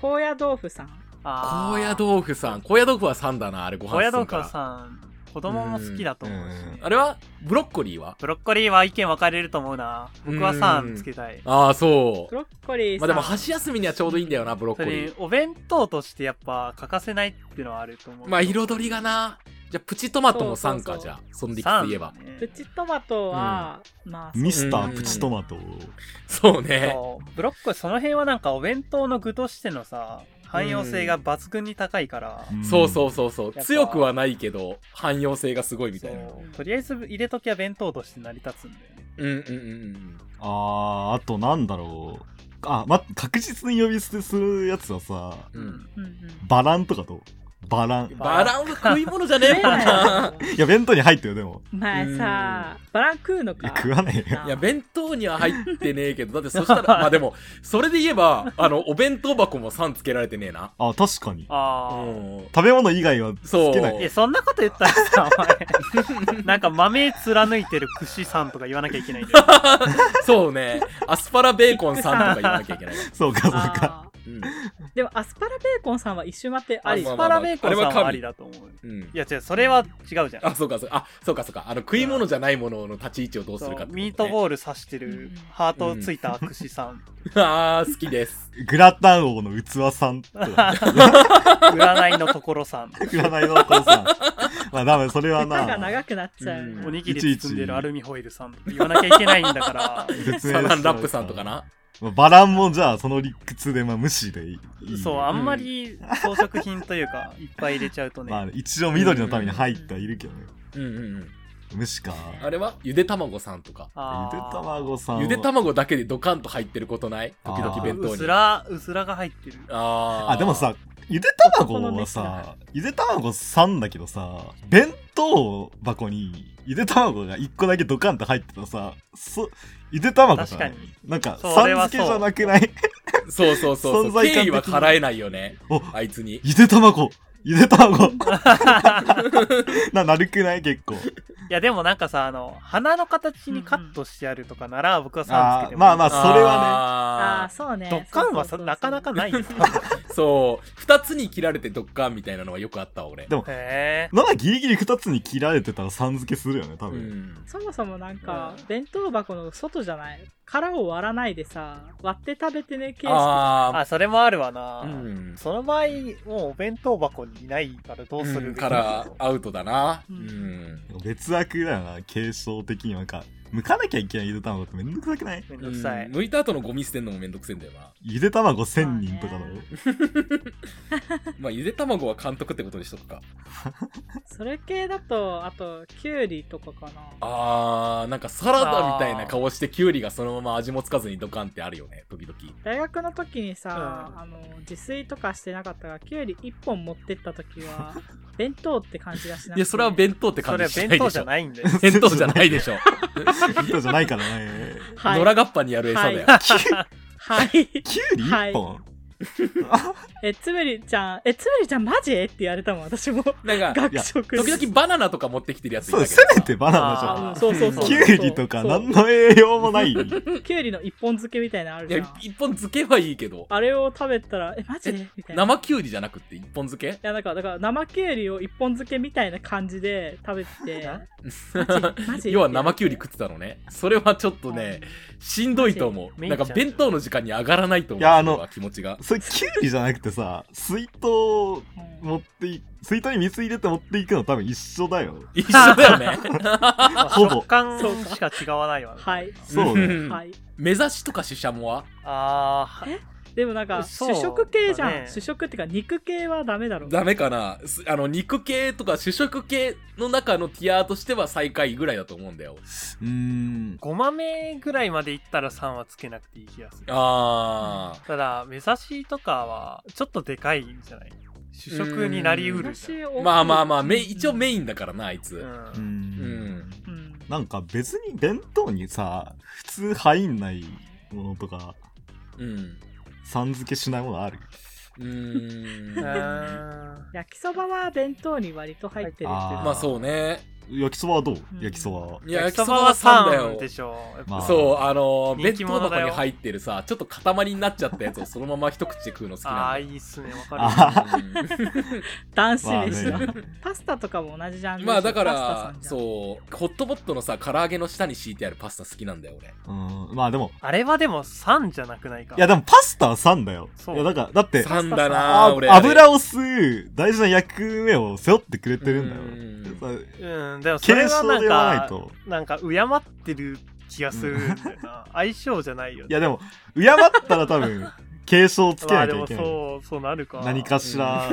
[SPEAKER 2] 高野豆腐さん。
[SPEAKER 1] あ
[SPEAKER 3] 高
[SPEAKER 1] ー
[SPEAKER 3] 野豆腐さん。高野豆腐は3だな、あれご
[SPEAKER 1] 高野
[SPEAKER 3] 飯す
[SPEAKER 1] 豆腐
[SPEAKER 3] るか
[SPEAKER 1] は
[SPEAKER 3] ら。
[SPEAKER 1] さん、子供も好きだと思うし、ね
[SPEAKER 3] あれはブロッコリーは
[SPEAKER 1] ブロッコリーは意見分かれると思うな。僕はさ
[SPEAKER 3] うん
[SPEAKER 1] んつけたい。
[SPEAKER 3] ああ、そ
[SPEAKER 2] ブ
[SPEAKER 3] う。
[SPEAKER 2] ロッコリー
[SPEAKER 3] ま
[SPEAKER 2] さ
[SPEAKER 3] あで
[SPEAKER 2] ん。
[SPEAKER 3] も、箸休みにはちょうどいいんだよな、ブロッ
[SPEAKER 1] そ
[SPEAKER 3] コリ
[SPEAKER 1] れ
[SPEAKER 3] ー。
[SPEAKER 1] お弁当としてやっぱ欠かせないっていうのはあると思う。
[SPEAKER 3] まあ彩りがな。じゃあ、プチトマトも3
[SPEAKER 2] そう
[SPEAKER 3] か、
[SPEAKER 2] そうそう
[SPEAKER 3] じゃあ、そんでいく
[SPEAKER 1] さ
[SPEAKER 3] と
[SPEAKER 1] ん
[SPEAKER 3] 言えば。
[SPEAKER 2] プチトマトは、まあ、そう
[SPEAKER 4] ミスタープチトマト。
[SPEAKER 3] そうね。
[SPEAKER 1] そうブロッコリーその辺はなんかお弁当の具としてのさ汎用性が抜群に高いから、
[SPEAKER 4] ん
[SPEAKER 3] そうそうそうそう。
[SPEAKER 1] ぱ
[SPEAKER 3] 強くはないけど、汎用性がすごいみたいな。うん
[SPEAKER 1] そうとりあえず入れときは弁当として成り立つんだよね
[SPEAKER 3] うんうんうん。
[SPEAKER 4] あー、あとなんだろう。あ、ま、確実に呼び捨てするやつはさ、
[SPEAKER 3] うん
[SPEAKER 2] うんうん。
[SPEAKER 4] バランとかと。バラン。
[SPEAKER 3] バランは食い物じゃ ねえもん な。
[SPEAKER 4] いや、弁当に入ってよ、でも。
[SPEAKER 2] 前さ、バラン食うの
[SPEAKER 4] い
[SPEAKER 2] か
[SPEAKER 4] や、。食わないよ。
[SPEAKER 3] いや、弁当には入ってねえけど、だって そしたら、まあでも、それで言えば、あの、お弁当箱も3つけられてねえな。
[SPEAKER 4] あ、確かに。
[SPEAKER 1] あ
[SPEAKER 3] う
[SPEAKER 1] あ、
[SPEAKER 3] ん。
[SPEAKER 4] 食べ物以外は
[SPEAKER 3] そ
[SPEAKER 4] 好
[SPEAKER 3] う
[SPEAKER 4] きな。
[SPEAKER 1] えそんなこと言ったらさお前なんか豆貫いてる串さんとか言わなきゃいけないんだよ
[SPEAKER 3] そうね。アスパラベーコンさんとか言わなきゃ いけない。
[SPEAKER 4] そうか、そうか。
[SPEAKER 2] あ
[SPEAKER 3] うん。
[SPEAKER 2] ーでも、アスパラベーコンさんは一周待ってあ
[SPEAKER 1] ア
[SPEAKER 2] り
[SPEAKER 1] ス
[SPEAKER 3] まあ。
[SPEAKER 1] パラベーコンさんは
[SPEAKER 3] あ
[SPEAKER 1] あ
[SPEAKER 3] れ
[SPEAKER 1] り
[SPEAKER 3] は
[SPEAKER 1] だと思う
[SPEAKER 3] うん
[SPEAKER 1] い。や違うそれは違うじゃん
[SPEAKER 3] あ、そうか、そうか。あ、そうか、そうか。あの、食い物じゃないものの立ち位置をどうす
[SPEAKER 1] そ
[SPEAKER 3] る
[SPEAKER 1] う
[SPEAKER 3] かってこと、ね。
[SPEAKER 1] ミートボール刺してる
[SPEAKER 2] うん
[SPEAKER 1] ハートついた串さん、
[SPEAKER 3] あー、好きです。
[SPEAKER 4] グラタン王の器さんとか。
[SPEAKER 1] 占いのところさん
[SPEAKER 4] 占いのお父さん。まあ、多分それは
[SPEAKER 2] 歌が
[SPEAKER 4] な。
[SPEAKER 2] 長くなっちゃう
[SPEAKER 3] うん
[SPEAKER 1] お
[SPEAKER 2] な。
[SPEAKER 1] にぎり包んでるアルミホイルさんとか言わなきゃいけないんだから
[SPEAKER 4] 説
[SPEAKER 3] サランラップさんとかな。
[SPEAKER 4] まあバランもじゃあその理屈でまあ無視でいい。
[SPEAKER 1] そう、あんまり装飾品というか、いっぱい入れちゃうとね。
[SPEAKER 4] まあ、一応緑のために入ってはいるけどね。
[SPEAKER 3] うんうんうん。
[SPEAKER 4] 無視か。
[SPEAKER 3] あれはゆで卵さんとか。
[SPEAKER 1] あ
[SPEAKER 4] ゆ
[SPEAKER 1] ー
[SPEAKER 4] で卵さんは。
[SPEAKER 3] ゆで卵だけでドカンと入ってることない時々弁当
[SPEAKER 1] う
[SPEAKER 3] に
[SPEAKER 1] す。ら、うすらが入ってる。
[SPEAKER 3] あー
[SPEAKER 4] あ、でもさ、ゆで卵はさ、ゆで卵さんだけどさ、弁当箱にゆで卵が1個だけドカンと入ってたらさ、そ、ゆで卵じゃない
[SPEAKER 1] 確かに
[SPEAKER 4] なんか、
[SPEAKER 1] そ
[SPEAKER 4] さ
[SPEAKER 1] れ
[SPEAKER 4] ん
[SPEAKER 1] は
[SPEAKER 4] 付
[SPEAKER 1] そう
[SPEAKER 4] けじゃなくない
[SPEAKER 3] そうそうそう
[SPEAKER 4] 存
[SPEAKER 3] そう。
[SPEAKER 4] 在感的
[SPEAKER 3] 敬
[SPEAKER 4] に
[SPEAKER 3] 意は払えないよね。
[SPEAKER 4] お、
[SPEAKER 3] あいつに。
[SPEAKER 4] ゆで卵ゆで卵な、なるくない結構。
[SPEAKER 1] いや、でもなんかさ、あの、鼻の形にカットしてあるとかなら、僕はさんつけ
[SPEAKER 4] あ
[SPEAKER 1] て
[SPEAKER 4] ー
[SPEAKER 1] も。
[SPEAKER 4] まあまあ、
[SPEAKER 1] あ、
[SPEAKER 4] それはね。
[SPEAKER 2] ああ、
[SPEAKER 3] は
[SPEAKER 2] そうね。
[SPEAKER 1] ドッカンはさ、
[SPEAKER 2] そうそうそう
[SPEAKER 1] なかなか ないよ。
[SPEAKER 3] ね。そう。二つに切られてドッカンみたいなのはよくあった、俺。
[SPEAKER 4] でも
[SPEAKER 1] へえ。
[SPEAKER 4] なんかギリギリ2つに切られてたらさん付けするよね、多
[SPEAKER 3] う
[SPEAKER 4] 分。
[SPEAKER 3] ん。
[SPEAKER 2] そもそもなんか
[SPEAKER 1] うん、
[SPEAKER 2] 弁当箱の外じゃない殻を割らないでさ、割って食べてね、形式。
[SPEAKER 3] あ
[SPEAKER 1] あ、それもあるわな。
[SPEAKER 3] あ。うん。
[SPEAKER 1] その場合、もうお弁当箱にいないからどうするべき
[SPEAKER 3] か
[SPEAKER 1] な
[SPEAKER 3] ら
[SPEAKER 1] の
[SPEAKER 3] アウトだな。う
[SPEAKER 2] うん
[SPEAKER 3] ん。
[SPEAKER 4] 別悪だよな、継承的になんか。剥かなきゃいけないゆで卵ってめんどくさくない
[SPEAKER 1] めん
[SPEAKER 3] う
[SPEAKER 1] ど
[SPEAKER 3] ん
[SPEAKER 1] くさい。
[SPEAKER 3] 剥いた後のゴミ捨てんのもめんどくせえんだよな。
[SPEAKER 4] ゆで卵1000人とかだろ、
[SPEAKER 2] まあね
[SPEAKER 3] まあ、ゆで卵は監督ってことにしとくか。
[SPEAKER 2] それ系だとあとキュウリとかかな
[SPEAKER 3] あー、なんかサラダみたいな顔して、キュウリがそのまま味もつかずにドカンってあるよね、時々。
[SPEAKER 2] 大学の時にさ、
[SPEAKER 1] うん
[SPEAKER 2] あの自炊とかしてなかったからキュウリ1本持ってった時は弁当って感じがしなく
[SPEAKER 3] い
[SPEAKER 2] て
[SPEAKER 3] や、それは弁当って
[SPEAKER 1] そ
[SPEAKER 3] 感
[SPEAKER 1] れ
[SPEAKER 3] じ
[SPEAKER 1] は
[SPEAKER 3] しな
[SPEAKER 1] 弁
[SPEAKER 3] い
[SPEAKER 1] 当
[SPEAKER 3] で
[SPEAKER 1] じ
[SPEAKER 3] し
[SPEAKER 1] ゃ
[SPEAKER 3] ょ。
[SPEAKER 1] ないんだよ。
[SPEAKER 3] 弁当じゃないでしょ。
[SPEAKER 4] 人じゃないからね。
[SPEAKER 2] はい
[SPEAKER 3] 野良がっぱにやる餌だよ。
[SPEAKER 2] は
[SPEAKER 4] キュ
[SPEAKER 2] はい
[SPEAKER 4] キュウリ1本、
[SPEAKER 2] えつぶりちゃんえつぶりちゃんマジって言われたもん私も
[SPEAKER 3] なんか、
[SPEAKER 2] 学食
[SPEAKER 3] 時々バナナとか持ってきてるやついたけ
[SPEAKER 4] そ
[SPEAKER 3] ど
[SPEAKER 4] う、
[SPEAKER 3] さ
[SPEAKER 4] せめてバナナじゃん
[SPEAKER 1] あー
[SPEAKER 2] そうそうそう
[SPEAKER 4] キュウリとか
[SPEAKER 2] そう
[SPEAKER 4] 何の栄養もない。
[SPEAKER 2] キュウリの一本漬けみたいなのある
[SPEAKER 3] い
[SPEAKER 2] じゃ
[SPEAKER 3] や
[SPEAKER 2] ん、
[SPEAKER 3] 一本漬けはいいけど。
[SPEAKER 2] あれを食べたらえマジでみたいな
[SPEAKER 3] 生キュウリじゃなくて一本漬 け
[SPEAKER 2] いやなんかだから生キュウリを一本漬けみたいな感じで食べて マジ
[SPEAKER 3] 要は生キュウリ食ってたのね。それはちょっとね、しんどいと思う。
[SPEAKER 1] めい
[SPEAKER 3] な
[SPEAKER 1] ちゃ
[SPEAKER 3] ん
[SPEAKER 1] ん
[SPEAKER 3] か弁当の時間に上がらないと思う。
[SPEAKER 4] いやあの
[SPEAKER 3] それは気持ちが。
[SPEAKER 4] それキュウリじゃなくてさ、水筒
[SPEAKER 2] うん
[SPEAKER 4] 持ってい、水筒に水入れて持っていくの多分一緒だよ。
[SPEAKER 3] 一緒だよね。
[SPEAKER 1] まあ
[SPEAKER 4] ほぼ
[SPEAKER 1] 食感しか違わないわ。
[SPEAKER 2] はい
[SPEAKER 4] そうね。
[SPEAKER 3] ん
[SPEAKER 2] はい
[SPEAKER 3] 目指しとかししゃもは
[SPEAKER 1] ああ、
[SPEAKER 2] でもなんか
[SPEAKER 1] そう
[SPEAKER 2] 主食系じゃん、
[SPEAKER 1] だね
[SPEAKER 2] 主食っていうか肉系はダメだろう
[SPEAKER 3] ダメかなすあの、肉系とか主食系の中のティアーとしては最下位ぐらいだと思うんだよ。
[SPEAKER 4] うーん。
[SPEAKER 1] 5豆ぐらいまでいったら3はつけなくていい気がする。
[SPEAKER 3] あ
[SPEAKER 1] ただ、目指しとかは、ちょっとでかいんじゃない主食になりうるじゃん。
[SPEAKER 3] ー。
[SPEAKER 2] 私を
[SPEAKER 3] まあまあまあ、め一応メインだからな、あいつ。
[SPEAKER 4] うー
[SPEAKER 1] うん
[SPEAKER 4] ん。
[SPEAKER 2] うん
[SPEAKER 4] なんか別に弁当にさ、普通入んないものとか、
[SPEAKER 3] うん。
[SPEAKER 4] さん付けしないものある
[SPEAKER 3] うーん。
[SPEAKER 1] うん
[SPEAKER 2] 焼きそばは弁当に割と入ってる
[SPEAKER 4] はい
[SPEAKER 3] まあそうね。
[SPEAKER 4] 焼きそばはどう、
[SPEAKER 2] ん
[SPEAKER 4] 焼きそばは。
[SPEAKER 3] 焼きそばは3だよ
[SPEAKER 1] で。しょう。やっぱ
[SPEAKER 4] まあ
[SPEAKER 3] そう、あのー、
[SPEAKER 1] 人
[SPEAKER 3] 弁
[SPEAKER 1] 気
[SPEAKER 3] 当
[SPEAKER 1] 者
[SPEAKER 3] 箱
[SPEAKER 1] だよ
[SPEAKER 3] に入ってるさ、ちょっと塊になっちゃったやつをそのまま一口で食うの好き
[SPEAKER 1] あ
[SPEAKER 3] な
[SPEAKER 1] あ、
[SPEAKER 3] んだよ。
[SPEAKER 1] いいっすね。わ
[SPEAKER 4] あ
[SPEAKER 1] か
[SPEAKER 4] は
[SPEAKER 3] うん
[SPEAKER 2] 男子飯
[SPEAKER 4] ま
[SPEAKER 2] は
[SPEAKER 4] あね
[SPEAKER 2] パスタとかも同じじゃん
[SPEAKER 3] まあだか
[SPEAKER 2] パスタさ
[SPEAKER 3] ら
[SPEAKER 2] ん、じゃん
[SPEAKER 3] そう、ホットポットのさ、唐揚げの下に敷いてあるパスタ好きなんだよ、俺。
[SPEAKER 4] うん。まあでも、
[SPEAKER 1] る。あれはでも3じゃなくないか。
[SPEAKER 4] いやでもパスタは3だよ。
[SPEAKER 1] そう
[SPEAKER 4] いやだから、だって、
[SPEAKER 3] 3だな
[SPEAKER 4] あ
[SPEAKER 3] 俺。
[SPEAKER 4] 油を吸う大事な役目を背負ってくれてるんだよ
[SPEAKER 3] うん。
[SPEAKER 4] さ
[SPEAKER 1] うん、でもそれ
[SPEAKER 4] 軽
[SPEAKER 1] は
[SPEAKER 4] 装では
[SPEAKER 1] な
[SPEAKER 4] な
[SPEAKER 1] いんか、
[SPEAKER 4] と。
[SPEAKER 1] なんか敬ってる気がするんだよ な。相性じゃないよね。
[SPEAKER 4] いやでも、敬ったら 多分、継承つけ
[SPEAKER 1] ま
[SPEAKER 4] な
[SPEAKER 1] あ
[SPEAKER 4] き
[SPEAKER 1] で
[SPEAKER 4] ゃい
[SPEAKER 1] も
[SPEAKER 4] けない。
[SPEAKER 1] そう、そうなるか。
[SPEAKER 4] 何かしら、まあ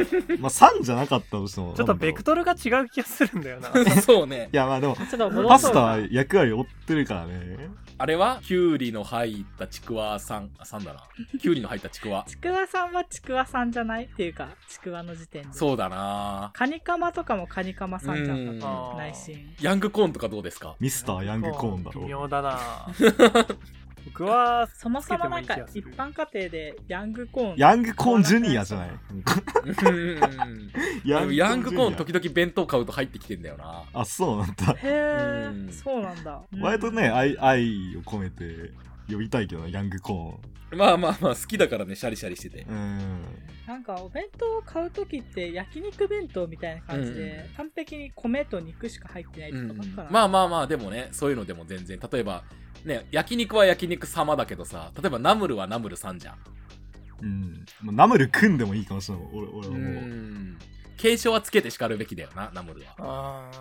[SPEAKER 4] 3じゃなかったとしても。
[SPEAKER 1] ちょっとベク
[SPEAKER 4] ト
[SPEAKER 1] トルが違う気がするんだよな。
[SPEAKER 3] そうね
[SPEAKER 4] い。やまあでも、
[SPEAKER 2] ちょっと戻
[SPEAKER 4] パ
[SPEAKER 2] そ
[SPEAKER 4] ス
[SPEAKER 2] う
[SPEAKER 4] タ
[SPEAKER 2] か
[SPEAKER 4] は役割を負ってるからね。
[SPEAKER 3] あれはキュウリの入ったちくわさん、あ、さんだな。キュウリの入ったちくわ。
[SPEAKER 2] ちくわさんはちくわさんじゃないっていうかちくわの時点で
[SPEAKER 3] そうだな
[SPEAKER 2] カニカマとかもカニカマさんじゃん
[SPEAKER 3] うん
[SPEAKER 1] あー
[SPEAKER 2] 内心
[SPEAKER 3] ヤングコーンとかどうですか
[SPEAKER 4] ミスターヤングコーンだ
[SPEAKER 1] 微
[SPEAKER 4] ろ。
[SPEAKER 1] 妙だな 僕は、
[SPEAKER 2] そもそもなんか
[SPEAKER 1] つけ
[SPEAKER 2] 一
[SPEAKER 1] てもいい気が
[SPEAKER 2] 般家庭でヤングコーン
[SPEAKER 4] ヤングコーンジュニアじゃ ない。
[SPEAKER 3] でもヤングコーン
[SPEAKER 4] ジュ
[SPEAKER 3] 時
[SPEAKER 4] ニ
[SPEAKER 3] 々弁当買うと入ってきてんだよな。
[SPEAKER 4] ア。あ、そうなんだ。
[SPEAKER 2] へえ、
[SPEAKER 3] うん
[SPEAKER 2] そうなんだ
[SPEAKER 4] 割とね、愛、愛を込めて呼びたいけどな、ヤングコ
[SPEAKER 3] まあまあまあ、好きだからね、シャリシャリしてて
[SPEAKER 4] ーン。。うん。
[SPEAKER 2] なんかお弁当を買う時って焼肉弁当みたいな感じで、
[SPEAKER 3] うん
[SPEAKER 2] 完璧に米と肉しか入ってないと
[SPEAKER 3] う
[SPEAKER 2] かばっ
[SPEAKER 3] ん
[SPEAKER 2] かな、
[SPEAKER 3] まあまあまあ、でもね、そういうのでも全然。例えば、ね、焼肉は焼肉様だけどさ、例えばナムルはナムルさんじゃん。
[SPEAKER 4] うん。まあナムル組んでもいいかもしれない。俺、俺はもう。
[SPEAKER 3] 継承はつけて叱るべきだよな、ナムルは。
[SPEAKER 1] あ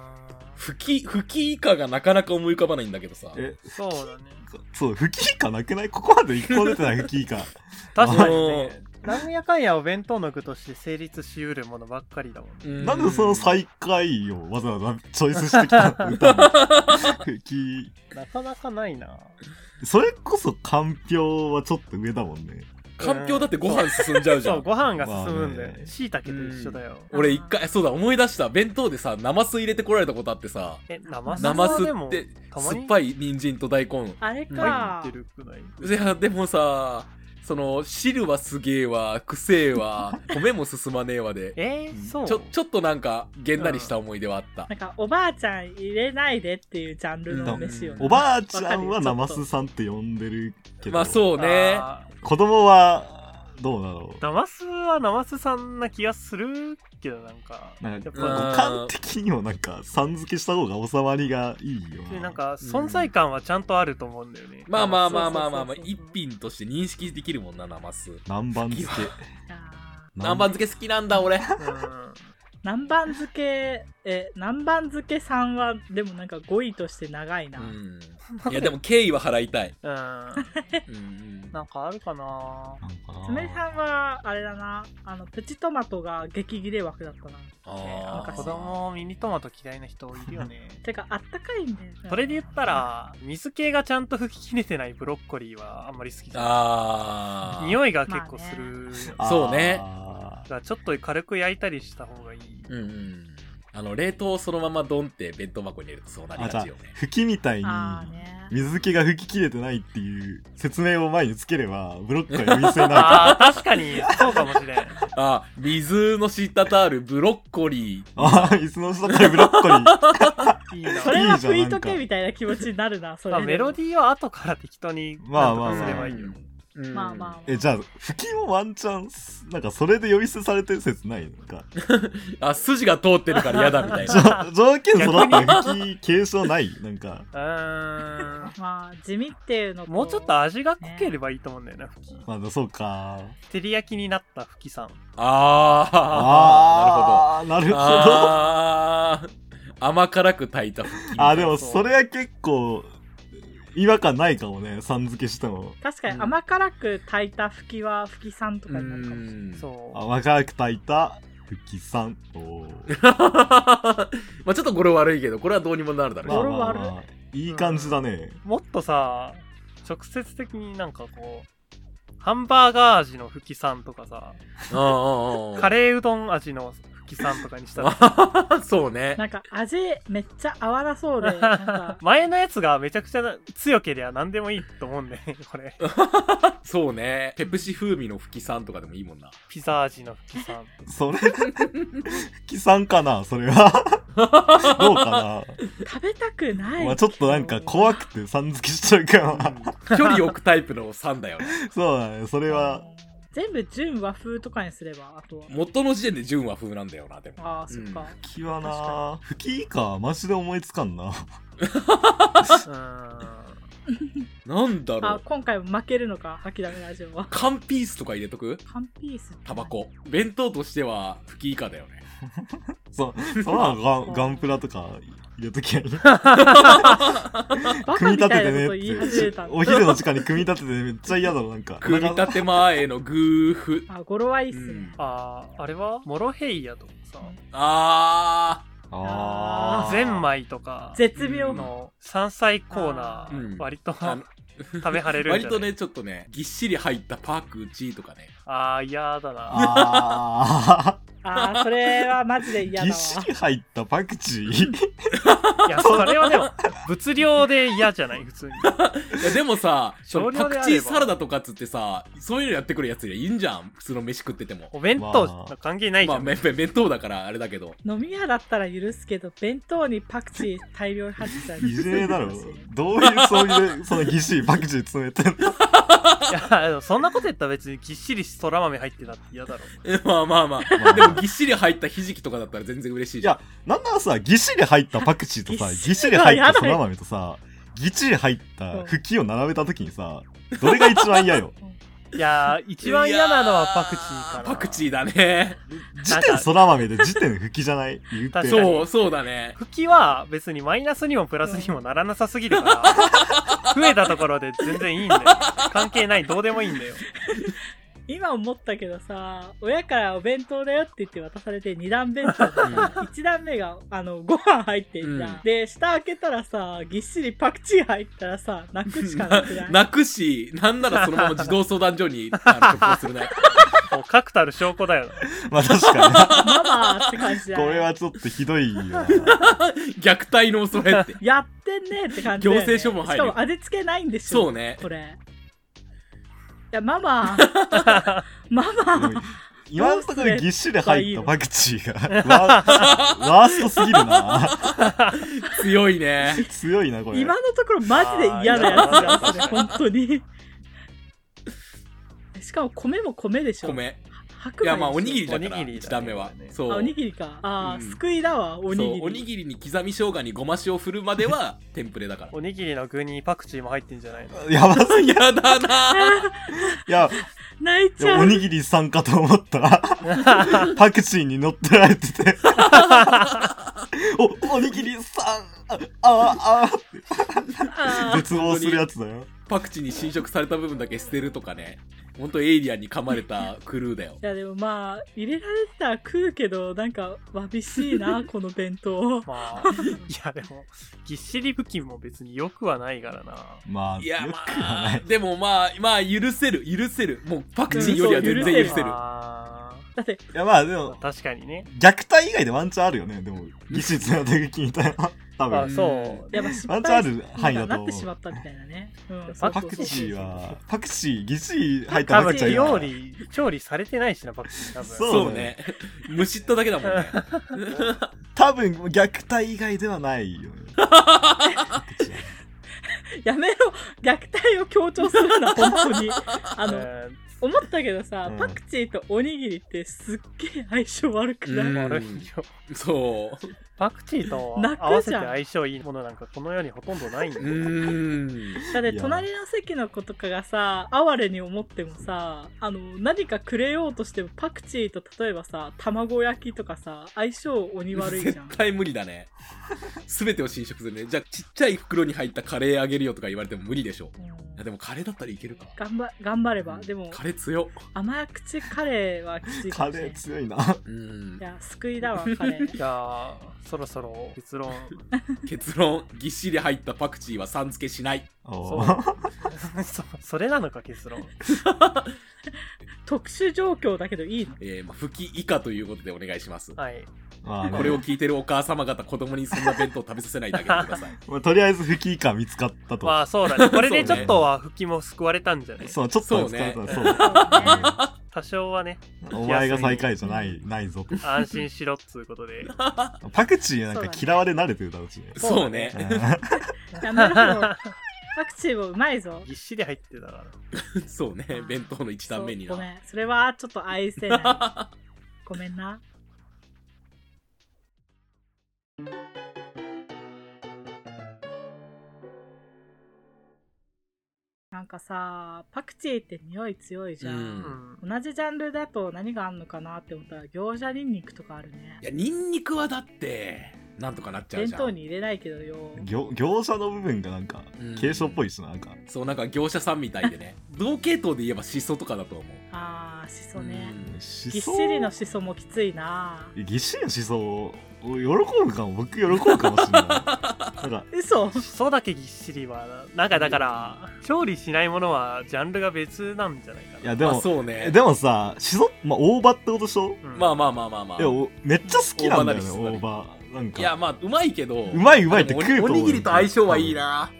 [SPEAKER 3] 吹き、吹き以下がなかなか思い浮かばないんだけどさ。
[SPEAKER 4] え、
[SPEAKER 1] ーそうだね。
[SPEAKER 4] そう、不機感なくないここまで一個出てない不機感。
[SPEAKER 1] 確かにね。なんやかんやお弁当の具として成立しうるものばっかりだもんね。
[SPEAKER 3] うん
[SPEAKER 4] なんでその最下位をわざわざチョイスしてきたの歌の 不機
[SPEAKER 1] なかなかないな。
[SPEAKER 4] それこそ、かんぴょうはちょっと上だもんね。
[SPEAKER 3] かんぴょうだってご飯進んじゃうじゃ
[SPEAKER 1] そ
[SPEAKER 3] ん
[SPEAKER 1] う、。ご飯が進むんだよ
[SPEAKER 4] まあね
[SPEAKER 1] ね。しいたけと一緒だよ。
[SPEAKER 3] 俺一回、そうだ、思い出した。弁当でさ、生酢入れてこられたことあってさ、
[SPEAKER 1] え、生酢
[SPEAKER 3] 生
[SPEAKER 1] は
[SPEAKER 3] 酢
[SPEAKER 1] でも
[SPEAKER 3] って、
[SPEAKER 1] たまに
[SPEAKER 3] 酸っぱい人参と大根。
[SPEAKER 2] あれか
[SPEAKER 1] 入ってるくない
[SPEAKER 3] いや、でもさ、その、汁はすげえわ、くせ えわ、米も進まねえわで、
[SPEAKER 1] えー、そう
[SPEAKER 3] ちょ、ちょっとなんか、げんなりした思い出はあった
[SPEAKER 2] な。んかおばあちゃん入れないでっていうジャンルの飯よね、
[SPEAKER 3] うん
[SPEAKER 4] おばあちゃんは生すさんって呼んでるけど、
[SPEAKER 3] まあそうね。
[SPEAKER 1] あー
[SPEAKER 4] 子供は、どうだろ
[SPEAKER 1] 生酢は生酢さんな気がするけど、なんか。
[SPEAKER 4] う。なん
[SPEAKER 1] や
[SPEAKER 4] か、
[SPEAKER 1] っ
[SPEAKER 4] 五
[SPEAKER 1] ぱ、
[SPEAKER 4] 感的にもなんか、さん付けした方が収まりがいいよ
[SPEAKER 1] で
[SPEAKER 4] な。
[SPEAKER 1] なんか存在感はちゃんとあると思うんだよね。
[SPEAKER 3] まあまあまあまあまあ、ま
[SPEAKER 2] そ
[SPEAKER 3] あ
[SPEAKER 2] う、そうそう
[SPEAKER 3] 一
[SPEAKER 2] そう
[SPEAKER 3] 品として認識できるもんな、生酢。
[SPEAKER 4] 南蛮漬け。
[SPEAKER 2] あー
[SPEAKER 3] 南蛮漬け好きなんだ、俺。
[SPEAKER 1] うん
[SPEAKER 2] 南蛮漬け、え、南蛮漬けさんは、でもなんか語彙として長いな。
[SPEAKER 3] うんいやでも敬意は払いたい、
[SPEAKER 1] うん。
[SPEAKER 3] うんうん
[SPEAKER 1] なんかあるかな
[SPEAKER 4] なんかな
[SPEAKER 2] つめさんは、あれだな、あの、プチトマトが激切れ枠だったな。
[SPEAKER 3] あ
[SPEAKER 2] な
[SPEAKER 3] ー
[SPEAKER 2] んか
[SPEAKER 1] 子供ミニトマト嫌いな人いるよね。
[SPEAKER 2] てか、あったかいんだよ な。
[SPEAKER 1] それで言ったら、水系がちゃんと吹き切れてないブロッコリーはあんまり好きじゃ
[SPEAKER 3] あ
[SPEAKER 1] な
[SPEAKER 3] ー
[SPEAKER 1] い。匂いが結構する。
[SPEAKER 4] あー
[SPEAKER 3] そうね
[SPEAKER 1] だからちょっと軽く焼いたりした方がいい。
[SPEAKER 3] うんうんあの冷凍をそのままドンって弁当箱に入れるとそうなり
[SPEAKER 4] あじゃ
[SPEAKER 3] が
[SPEAKER 4] あ
[SPEAKER 3] ちよね
[SPEAKER 4] 吹きみたいに
[SPEAKER 2] あーね。
[SPEAKER 4] 水気が吹き切れてないっていう説明を前につければブロッコリーお店に な
[SPEAKER 1] ああ、確かに、そうかもしれん。
[SPEAKER 3] あ水の滴るブロッコリ
[SPEAKER 4] るああ椅子の下からブロッコリー
[SPEAKER 1] いいな。
[SPEAKER 2] それは食
[SPEAKER 4] いい
[SPEAKER 2] い
[SPEAKER 4] じ
[SPEAKER 2] と
[SPEAKER 4] ゃんな
[SPEAKER 2] け
[SPEAKER 4] んか
[SPEAKER 2] みたいな気持ちになるな、それ
[SPEAKER 1] ま
[SPEAKER 2] で
[SPEAKER 1] あ
[SPEAKER 2] も。
[SPEAKER 1] メロディーは後から適当に
[SPEAKER 4] ま
[SPEAKER 1] な
[SPEAKER 4] あ
[SPEAKER 1] んと
[SPEAKER 4] まあ
[SPEAKER 1] か
[SPEAKER 4] まあ
[SPEAKER 1] すればいいよ。
[SPEAKER 3] ー、うん
[SPEAKER 2] まあまあ
[SPEAKER 4] えじゃあ吹きもワンチャンなんかそれで呼び捨てされてる説ないのか
[SPEAKER 3] あ筋が通ってるから嫌だみたい
[SPEAKER 4] じ
[SPEAKER 3] な
[SPEAKER 4] ょ条件揃ったら吹き継承ないなんか
[SPEAKER 1] うーん。
[SPEAKER 2] まあ、地味っていうの
[SPEAKER 1] もうちょっと味が濃ければいいと思うんだよな、吹き。
[SPEAKER 4] まあそうか
[SPEAKER 1] 照り焼きになった吹きさん。
[SPEAKER 3] あ
[SPEAKER 4] あーなる
[SPEAKER 3] ーなるほど
[SPEAKER 4] ほど
[SPEAKER 3] あー甘辛く炊いた腹筋
[SPEAKER 4] あでもそれは結構違和感ないかもねさん付けしても
[SPEAKER 2] 確かに甘辛く炊いたふきはふきさんとかになるかもしれない。
[SPEAKER 3] ん
[SPEAKER 1] そう。
[SPEAKER 4] 甘辛く炊いた吹きさん おー
[SPEAKER 3] まあちょっと語呂悪いけど、これはどうにもなるだろう
[SPEAKER 4] ま
[SPEAKER 3] し
[SPEAKER 4] あ
[SPEAKER 2] 語呂
[SPEAKER 4] まあ
[SPEAKER 2] 悪い
[SPEAKER 4] まあいい感じだね
[SPEAKER 1] もっとさ、直接的になんかこう、ハンバーガー味の吹きさんとかさ、
[SPEAKER 3] うんうんうん。
[SPEAKER 1] カレーうどん味の吹きさんとかにしたら、
[SPEAKER 3] そうね。
[SPEAKER 2] なんか味めっちゃ合わな そうで、なんか
[SPEAKER 1] 前のやつがめちゃくちゃ強けりゃ何でもいいと思うんだよね、 これ。
[SPEAKER 3] そうね。ペプシ風味の吹きさんとかでもいいもんな。
[SPEAKER 1] ピザ味の吹きさん。
[SPEAKER 4] それ吹きさんかなそれは どうか
[SPEAKER 2] 食べたくな。
[SPEAKER 4] ないまあちょっとなんか怖くてさん付けしちゃうか
[SPEAKER 3] う
[SPEAKER 4] ら
[SPEAKER 3] ん距離置くタイプのさんだよね。
[SPEAKER 4] そうだねそれは
[SPEAKER 2] 全部純和風とかにすれば、あとは。
[SPEAKER 3] 元の時点で純和風なんだよな、でも。
[SPEAKER 2] ああ、そっか。
[SPEAKER 4] 吹きはな吹き以下はマジで思いつかん な
[SPEAKER 1] うーん。
[SPEAKER 3] なんだろ
[SPEAKER 2] あ
[SPEAKER 3] う、。
[SPEAKER 2] 今回も負けるのか、吐きだめラジオは。
[SPEAKER 3] 缶ピースとか入れとく
[SPEAKER 2] 缶ピースって何
[SPEAKER 3] タバ。コ。弁当としては吹き以下だよね。
[SPEAKER 4] そうそらガンガンプラとか入れときゃいい
[SPEAKER 2] バカみ
[SPEAKER 4] 組み立
[SPEAKER 2] た
[SPEAKER 4] て
[SPEAKER 2] い
[SPEAKER 4] て
[SPEAKER 2] な
[SPEAKER 4] ね
[SPEAKER 2] こと言い始めた
[SPEAKER 4] っ
[SPEAKER 2] んだ
[SPEAKER 4] てお昼の時間に組み立ててめっちゃ嫌だろなんか
[SPEAKER 3] 組み立て前へのグーフ。
[SPEAKER 2] あ、語呂はいいっ
[SPEAKER 3] う
[SPEAKER 2] すね
[SPEAKER 3] ん。
[SPEAKER 1] あー、あれはモロヘイヤとか
[SPEAKER 3] あ
[SPEAKER 4] あ
[SPEAKER 1] さ、
[SPEAKER 4] ー
[SPEAKER 1] ゼンマイとか
[SPEAKER 2] 絶妙。
[SPEAKER 1] の山菜コーナ
[SPEAKER 3] ーう
[SPEAKER 1] ー、
[SPEAKER 3] ん
[SPEAKER 1] 割と
[SPEAKER 3] あの
[SPEAKER 1] 食べはれるん
[SPEAKER 3] 割
[SPEAKER 1] じゃない
[SPEAKER 3] とね、ちょっとね、ぎっしり入ったパークチーとかね。
[SPEAKER 1] あー、嫌だな。
[SPEAKER 4] あ
[SPEAKER 2] ああ、それはマジで嫌
[SPEAKER 4] ーぎ
[SPEAKER 2] だ
[SPEAKER 4] っ
[SPEAKER 2] わ。
[SPEAKER 4] しり入ったパク チー
[SPEAKER 1] い や、それはでも、物量で嫌じゃない、普通に。
[SPEAKER 3] いやでもさ、そ
[SPEAKER 1] 少
[SPEAKER 3] の
[SPEAKER 1] 量であれば
[SPEAKER 3] パクチーサラダとかっつってさ、そういうのやってくるやついいんじゃん普通の飯食ってても。
[SPEAKER 1] お弁当の関係ないじ
[SPEAKER 3] ま
[SPEAKER 1] ゃ
[SPEAKER 3] あ、
[SPEAKER 1] ん。
[SPEAKER 3] めめ弁当だからあれだけど。
[SPEAKER 2] 飲み屋だったら許すけど、弁当にパクチー大量に入ってたら許
[SPEAKER 4] いじ
[SPEAKER 2] せ
[SPEAKER 4] め
[SPEAKER 2] な
[SPEAKER 4] だ
[SPEAKER 2] い
[SPEAKER 4] ろ
[SPEAKER 2] かもしれない
[SPEAKER 4] どういうそういうそのぎっしりパクチー詰めてん
[SPEAKER 1] い
[SPEAKER 4] の
[SPEAKER 1] や、でもそんなこと言ったら別にぎっしりそら豆入ってたって嫌だろ。
[SPEAKER 3] えまあまあまあ。でもぎっしり入ったひじきとかだったら全然嬉しいじゃん。
[SPEAKER 4] いなんならさ、ぎっしり入ったパクチーと さ、
[SPEAKER 2] ぎっ
[SPEAKER 4] ぎっ
[SPEAKER 2] し
[SPEAKER 4] し
[SPEAKER 2] り
[SPEAKER 4] り
[SPEAKER 2] は
[SPEAKER 4] 入っ
[SPEAKER 2] やだ
[SPEAKER 4] た
[SPEAKER 2] よ
[SPEAKER 4] そら豆とさ、ぎっちり入った吹きを並べたときにさ、どれが一番嫌 よ。
[SPEAKER 1] いやー、一番嫌なのはパクチーかな。
[SPEAKER 3] パクチーだね。
[SPEAKER 4] 時点そら豆で時点吹きじゃない言って。
[SPEAKER 1] 確かに
[SPEAKER 3] そう、そうだね。
[SPEAKER 1] 吹きは別にマイナスにもプラスにもならなさすぎる から、増えたところで全然いいんだよ。関係ない、どうでもいいんだよ。
[SPEAKER 2] 今思ったけどさ親からお弁当だよって言って渡されて2段弁当
[SPEAKER 3] うん
[SPEAKER 2] 1段目があのご飯入ってんじゃん、
[SPEAKER 3] うん
[SPEAKER 2] で下開けたらさぎっしりパクチー入ったらさ泣くしかなくない
[SPEAKER 3] 泣くし、なんならそのまま児童相談所にあの直行す るね。
[SPEAKER 1] もう確たる証拠だよ。
[SPEAKER 4] まあ 確か
[SPEAKER 2] ママって感じ
[SPEAKER 4] に。
[SPEAKER 2] だ
[SPEAKER 4] こ
[SPEAKER 2] よ
[SPEAKER 4] れはちょっとひどいよな。
[SPEAKER 3] 虐待の恐れって。
[SPEAKER 2] やってんねって感じだよ、ね、
[SPEAKER 3] 行政処分入る
[SPEAKER 2] しかも味付けないんでしょ
[SPEAKER 3] そうね。
[SPEAKER 2] これいや マママ
[SPEAKER 4] で
[SPEAKER 2] マ
[SPEAKER 4] も今のところぎっしり入ったパクチーが、ワーワーストすぎるな。
[SPEAKER 3] 強いね。
[SPEAKER 4] 強いな、これ。
[SPEAKER 2] 今のところマジで嫌なやつだそれ
[SPEAKER 1] あー
[SPEAKER 2] 本当にしかも米も米でしょ
[SPEAKER 3] 米。
[SPEAKER 2] 白米にしよう
[SPEAKER 3] いやまあおにぎりだから
[SPEAKER 1] おにぎりだね
[SPEAKER 3] 1段目は
[SPEAKER 1] これね
[SPEAKER 3] そう
[SPEAKER 2] あおにぎりかあー、
[SPEAKER 3] うん
[SPEAKER 2] 救いだわおにぎ
[SPEAKER 3] そう
[SPEAKER 2] り
[SPEAKER 3] おにぎりに刻み生姜にごま塩振るまではテンプレだから
[SPEAKER 1] おにぎりの具にパクチーも入ってんじゃないの
[SPEAKER 4] やばす
[SPEAKER 3] やだなぁ
[SPEAKER 4] いや、
[SPEAKER 2] 泣い
[SPEAKER 4] い
[SPEAKER 2] ち
[SPEAKER 4] や
[SPEAKER 2] ゃ
[SPEAKER 4] お
[SPEAKER 2] う
[SPEAKER 4] にぎりさんかと思った ら、パクチーに乗っ取られてて。お、おにぎりさん、あ、あ、あ、
[SPEAKER 2] あ
[SPEAKER 4] 絶望するやつだよ。
[SPEAKER 3] パクチーに侵食された部分だけ捨てるとかねほんとエイリアンに噛まれたクルーだよ
[SPEAKER 2] ーいやでもまあ入れられてたら食うけどなんかわびしい なこの弁当
[SPEAKER 1] まあ、いやでも、ぎっしり武器も別に良くはないからな。
[SPEAKER 4] まあ、
[SPEAKER 3] いや
[SPEAKER 4] よ
[SPEAKER 3] ま
[SPEAKER 4] くはな
[SPEAKER 3] あ
[SPEAKER 4] い。
[SPEAKER 3] でもまあまあ許せる許せるもうパクチーよりは全然許せる
[SPEAKER 1] あ
[SPEAKER 2] だって
[SPEAKER 4] いや、まあで
[SPEAKER 1] ーまあ
[SPEAKER 4] も、
[SPEAKER 1] 確かにね。
[SPEAKER 4] 虐待以外でワンチャンあるよね、でも。技術の手きみたいな。多
[SPEAKER 1] あ
[SPEAKER 4] 分。
[SPEAKER 1] そう。
[SPEAKER 2] やっぱ失
[SPEAKER 4] ワ
[SPEAKER 2] 敗
[SPEAKER 4] ンチャンある範囲だと
[SPEAKER 2] な
[SPEAKER 4] 思
[SPEAKER 2] っ
[SPEAKER 4] う
[SPEAKER 2] てしまったみたいなね、うん、
[SPEAKER 1] パ
[SPEAKER 4] パクチーは、パクチー、ぎっしり入った
[SPEAKER 1] 多
[SPEAKER 4] らめっ
[SPEAKER 1] 分
[SPEAKER 4] ちゃいいよ
[SPEAKER 1] 料理、調理されてないしな、パクチー多分。
[SPEAKER 4] そう
[SPEAKER 3] そうねむしっただけだもんね
[SPEAKER 4] 多分、虐待以外ではないよね。パクチーは
[SPEAKER 2] やめろ虐待を強調する な本当にあの
[SPEAKER 1] えー
[SPEAKER 2] 思ったけどさ、
[SPEAKER 4] うん
[SPEAKER 2] パクチーとおにぎりってすっげえ相性悪くない、
[SPEAKER 3] うん
[SPEAKER 1] 悪いよ
[SPEAKER 3] そ
[SPEAKER 1] パクチーと
[SPEAKER 2] 泣くじゃん
[SPEAKER 1] 合わせて相性いいものなんかこの世にほとんどないんだ
[SPEAKER 3] うう
[SPEAKER 1] よ
[SPEAKER 3] ーん
[SPEAKER 2] だって
[SPEAKER 4] いや
[SPEAKER 2] 隣の席の子とかがさ哀れに思ってもさあの何かくれようとしてもパクチーと例えばさ卵焼きとかさ相性鬼悪いじ ゃん
[SPEAKER 3] 絶対無理だね全てを侵食するねじゃあちっちゃい袋に入ったカレーあげるよとか言われても無理でしょいやでもカレーだったらいけるか
[SPEAKER 2] 頑張頑張ればでも
[SPEAKER 3] カレー強っ
[SPEAKER 2] 甘口カレーはきついか
[SPEAKER 4] カ
[SPEAKER 2] もしれ
[SPEAKER 4] レ
[SPEAKER 2] ない
[SPEAKER 4] ー強いな。
[SPEAKER 3] うん
[SPEAKER 2] いや救いだわカレー
[SPEAKER 1] じゃあそろそろ結 論
[SPEAKER 3] 結論ぎっしり入ったパクチーはさん付けしない
[SPEAKER 1] そ
[SPEAKER 4] お
[SPEAKER 1] う
[SPEAKER 4] ー
[SPEAKER 1] そそれなのか結論
[SPEAKER 2] 特殊状況だけどいいの
[SPEAKER 3] えー、まあ、吹き以下ということでお願いします
[SPEAKER 1] はい
[SPEAKER 4] まあね
[SPEAKER 3] これを聞いてるお母様方子供にそんな弁当食べさせないであげてくださ い
[SPEAKER 4] まあとりあえず吹き以下見つかったと。
[SPEAKER 1] まあ そうだねこれで
[SPEAKER 3] そ
[SPEAKER 1] ち
[SPEAKER 3] うね
[SPEAKER 1] ょっとは復帰も救われたんじゃない
[SPEAKER 4] そう、ちょっとは見つかったそう,、
[SPEAKER 1] 多少はね
[SPEAKER 4] お前が最下位じゃない、ないぞと。
[SPEAKER 1] 安心しろっつうこと で
[SPEAKER 4] パクチーなんか嫌われ慣れてるだろうしね。
[SPEAKER 3] そうね
[SPEAKER 2] やめろ パクチーもうまいぞ
[SPEAKER 1] ぎっしり入ってたから
[SPEAKER 3] そうね弁当の一段目に
[SPEAKER 2] そう
[SPEAKER 3] な
[SPEAKER 2] ごめんそれはちょっと愛せ ないごめんななんかさパクチーって匂い強いじゃ、
[SPEAKER 1] うんん
[SPEAKER 2] 同じジャンルだと何があんのかなって思ったら餃子ニンニクとかあるね
[SPEAKER 3] いやニンニクはだってなんとかなっちゃう
[SPEAKER 2] 弁
[SPEAKER 3] じゃん
[SPEAKER 2] 当に入れないけどよ
[SPEAKER 4] 業業者の部分がなんか
[SPEAKER 3] うん、
[SPEAKER 4] 継承っぽいしな、なんか。
[SPEAKER 3] そうなんか業者さんみたいで ね同系統で言えばシソとかだと思う
[SPEAKER 2] あーしそね
[SPEAKER 3] うん
[SPEAKER 2] ぎ
[SPEAKER 4] し
[SPEAKER 2] っし
[SPEAKER 4] そ
[SPEAKER 2] りのしそもきついな
[SPEAKER 4] ぎっしりのしそ、喜ぶかも、僕喜ぶかもしれない。なんか、
[SPEAKER 2] 嘘
[SPEAKER 1] しそだけぎっしりはなんかだから調理しないものはジャンルが別なんじゃないかない
[SPEAKER 4] や、で
[SPEAKER 3] まあ
[SPEAKER 4] も、
[SPEAKER 3] そうね
[SPEAKER 4] でもさ、しそ、まあ、大葉ってことでしょ
[SPEAKER 1] うん
[SPEAKER 3] まあまあまあまあまあ
[SPEAKER 4] いや、おめっちゃ好きなんだよね、
[SPEAKER 3] 大
[SPEAKER 4] 大
[SPEAKER 3] 葉
[SPEAKER 4] 葉。なん
[SPEAKER 3] いや
[SPEAKER 4] か、
[SPEAKER 3] まあうまいけど
[SPEAKER 4] うまいうまいっ
[SPEAKER 3] で
[SPEAKER 4] て
[SPEAKER 3] もお
[SPEAKER 4] 食うと
[SPEAKER 3] お
[SPEAKER 4] 思う
[SPEAKER 3] にぎりと相性はいいな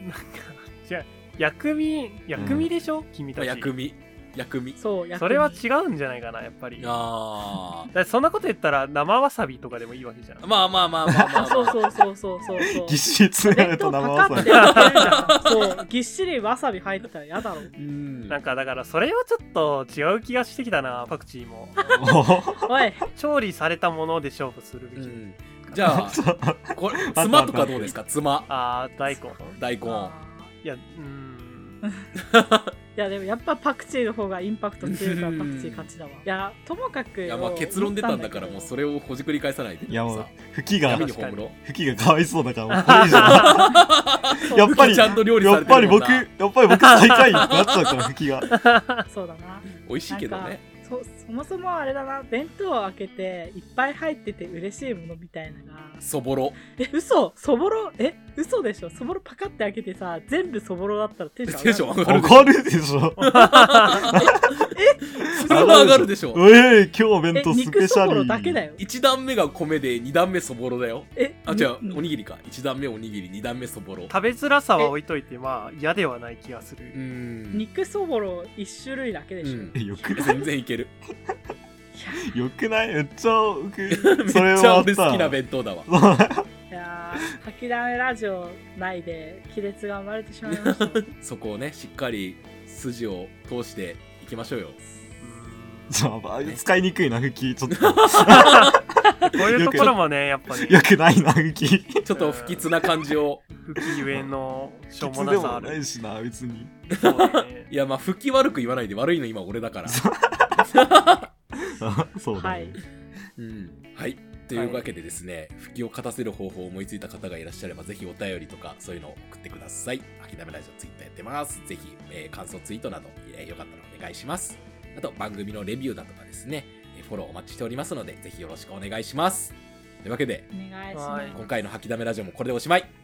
[SPEAKER 1] 薬味薬味でしょ君
[SPEAKER 3] ま
[SPEAKER 1] た
[SPEAKER 3] あ
[SPEAKER 1] ち
[SPEAKER 3] 薬味薬味
[SPEAKER 2] そう薬味
[SPEAKER 1] それは違うんじゃないかなやっぱり
[SPEAKER 3] あ
[SPEAKER 1] だってそんなこと言ったら生わさびとかでもいいわけじゃん
[SPEAKER 3] あまあまあまあまあま あ、まあ、
[SPEAKER 2] そうそうそうそうそうそう
[SPEAKER 4] ぎっしり詰められた生わさび。
[SPEAKER 2] 弁当パカッて開けるじゃんそう、ぎっしりわさび入ってたら嫌だろ。
[SPEAKER 3] うん
[SPEAKER 1] なんかだからそれはちょっと違う気がしてきたなパクチーも
[SPEAKER 2] おい、
[SPEAKER 1] 調理されたもので勝負するべ
[SPEAKER 3] う
[SPEAKER 1] き、
[SPEAKER 3] んじゃ あこれ
[SPEAKER 4] た
[SPEAKER 3] 妻とかどうですか妻
[SPEAKER 1] ああ大根
[SPEAKER 3] 大根
[SPEAKER 1] いやうーん
[SPEAKER 2] いやでもやっぱパクチーの方がインパクト強いからパクチー勝ちだわ。いや、ともかくよ。
[SPEAKER 3] いやまあ結論出たんだからもうそれをほじくり返さないで
[SPEAKER 4] いや、もう
[SPEAKER 3] さ、
[SPEAKER 4] 吹きが
[SPEAKER 3] 闇、に葬ろ
[SPEAKER 4] 吹きがかわいそうだから、もうこれ以上は。
[SPEAKER 2] そう
[SPEAKER 4] やっぱり、
[SPEAKER 3] ちゃんと料理さ
[SPEAKER 4] や
[SPEAKER 3] れ
[SPEAKER 4] ってぱ
[SPEAKER 3] る
[SPEAKER 4] り
[SPEAKER 3] もん
[SPEAKER 4] 僕、
[SPEAKER 3] な
[SPEAKER 4] やっぱり僕最下位になっちゃうから、吹きが。
[SPEAKER 2] そうだな。
[SPEAKER 3] う美味しいけどね
[SPEAKER 2] そそもそもあれだな、弁当を開けていっぱい入ってて嬉しいものみたいなのが。
[SPEAKER 3] そぼろ
[SPEAKER 2] え、嘘そぼろ、え、嘘でしょそぼろパカって開けてさ、全部そぼろだったらテンション
[SPEAKER 3] テンション上がるでしょ
[SPEAKER 4] 怒るでしょ。
[SPEAKER 3] それは上がるでしょ
[SPEAKER 4] ええ、今日
[SPEAKER 2] え
[SPEAKER 4] 弁当、スペ
[SPEAKER 2] 肉
[SPEAKER 4] シ
[SPEAKER 2] そ
[SPEAKER 4] ャ
[SPEAKER 2] ぼ
[SPEAKER 4] ル。
[SPEAKER 2] ろだけだよ。
[SPEAKER 3] 1段目が米で2段目そぼろだよ
[SPEAKER 2] え、
[SPEAKER 3] あ
[SPEAKER 2] に
[SPEAKER 3] 違うおにぎりか1段目おにぎり2段目そぼろ
[SPEAKER 1] 食べづらさは置いといてまあ嫌ではない気がす
[SPEAKER 3] う
[SPEAKER 1] る
[SPEAKER 3] ん
[SPEAKER 2] 肉そぼろ一種類だけでしょ、
[SPEAKER 3] う
[SPEAKER 2] い
[SPEAKER 3] ん
[SPEAKER 4] えよく、
[SPEAKER 3] 全然いける
[SPEAKER 4] よくないめっちゃ、
[SPEAKER 3] め
[SPEAKER 4] 僕、
[SPEAKER 3] っ
[SPEAKER 4] それ
[SPEAKER 3] ちゃ
[SPEAKER 4] はあっ
[SPEAKER 3] 俺好きな
[SPEAKER 4] た。
[SPEAKER 3] 弁当だわ
[SPEAKER 2] やー書きだめラジオ内で亀裂が生まれてしまい ました
[SPEAKER 3] そこをねしっかり筋を通していきましょうよ
[SPEAKER 1] うーん
[SPEAKER 4] そうあ使いにくいな、吹き。 ちょっと、
[SPEAKER 1] こういうところもね、やっぱね、
[SPEAKER 4] 良く ないな、吹き。
[SPEAKER 3] ちょっと不吉な感じを。
[SPEAKER 1] 不機ゆえのしょうも
[SPEAKER 4] 別
[SPEAKER 1] な
[SPEAKER 4] で
[SPEAKER 1] さ
[SPEAKER 4] も
[SPEAKER 1] あ
[SPEAKER 4] な
[SPEAKER 1] る。
[SPEAKER 4] いしな、別に。
[SPEAKER 1] そうだね。
[SPEAKER 3] いや、まあ、吹き悪く言わないで悪いの今俺だから。
[SPEAKER 4] そうだ
[SPEAKER 2] は
[SPEAKER 4] ね
[SPEAKER 2] い。
[SPEAKER 3] うん。はい。というわけでですね、吹きを勝たせる方法を思いついた方がいらっしゃれば、ぜひお便りとか、そういうのを送ってください。諦めラジオツイッターやってます。ぜひ、えー感想ツイートなど、えーよかったらお願いします。あと、番組のレビューだとかですね、えーフォローお待ちしておりますので、ぜひよろしくお願いします。というわけで、
[SPEAKER 2] お願いし
[SPEAKER 1] は
[SPEAKER 2] ま
[SPEAKER 1] い
[SPEAKER 2] す。
[SPEAKER 3] 今回の吐きだめラジオもこれでおしまい。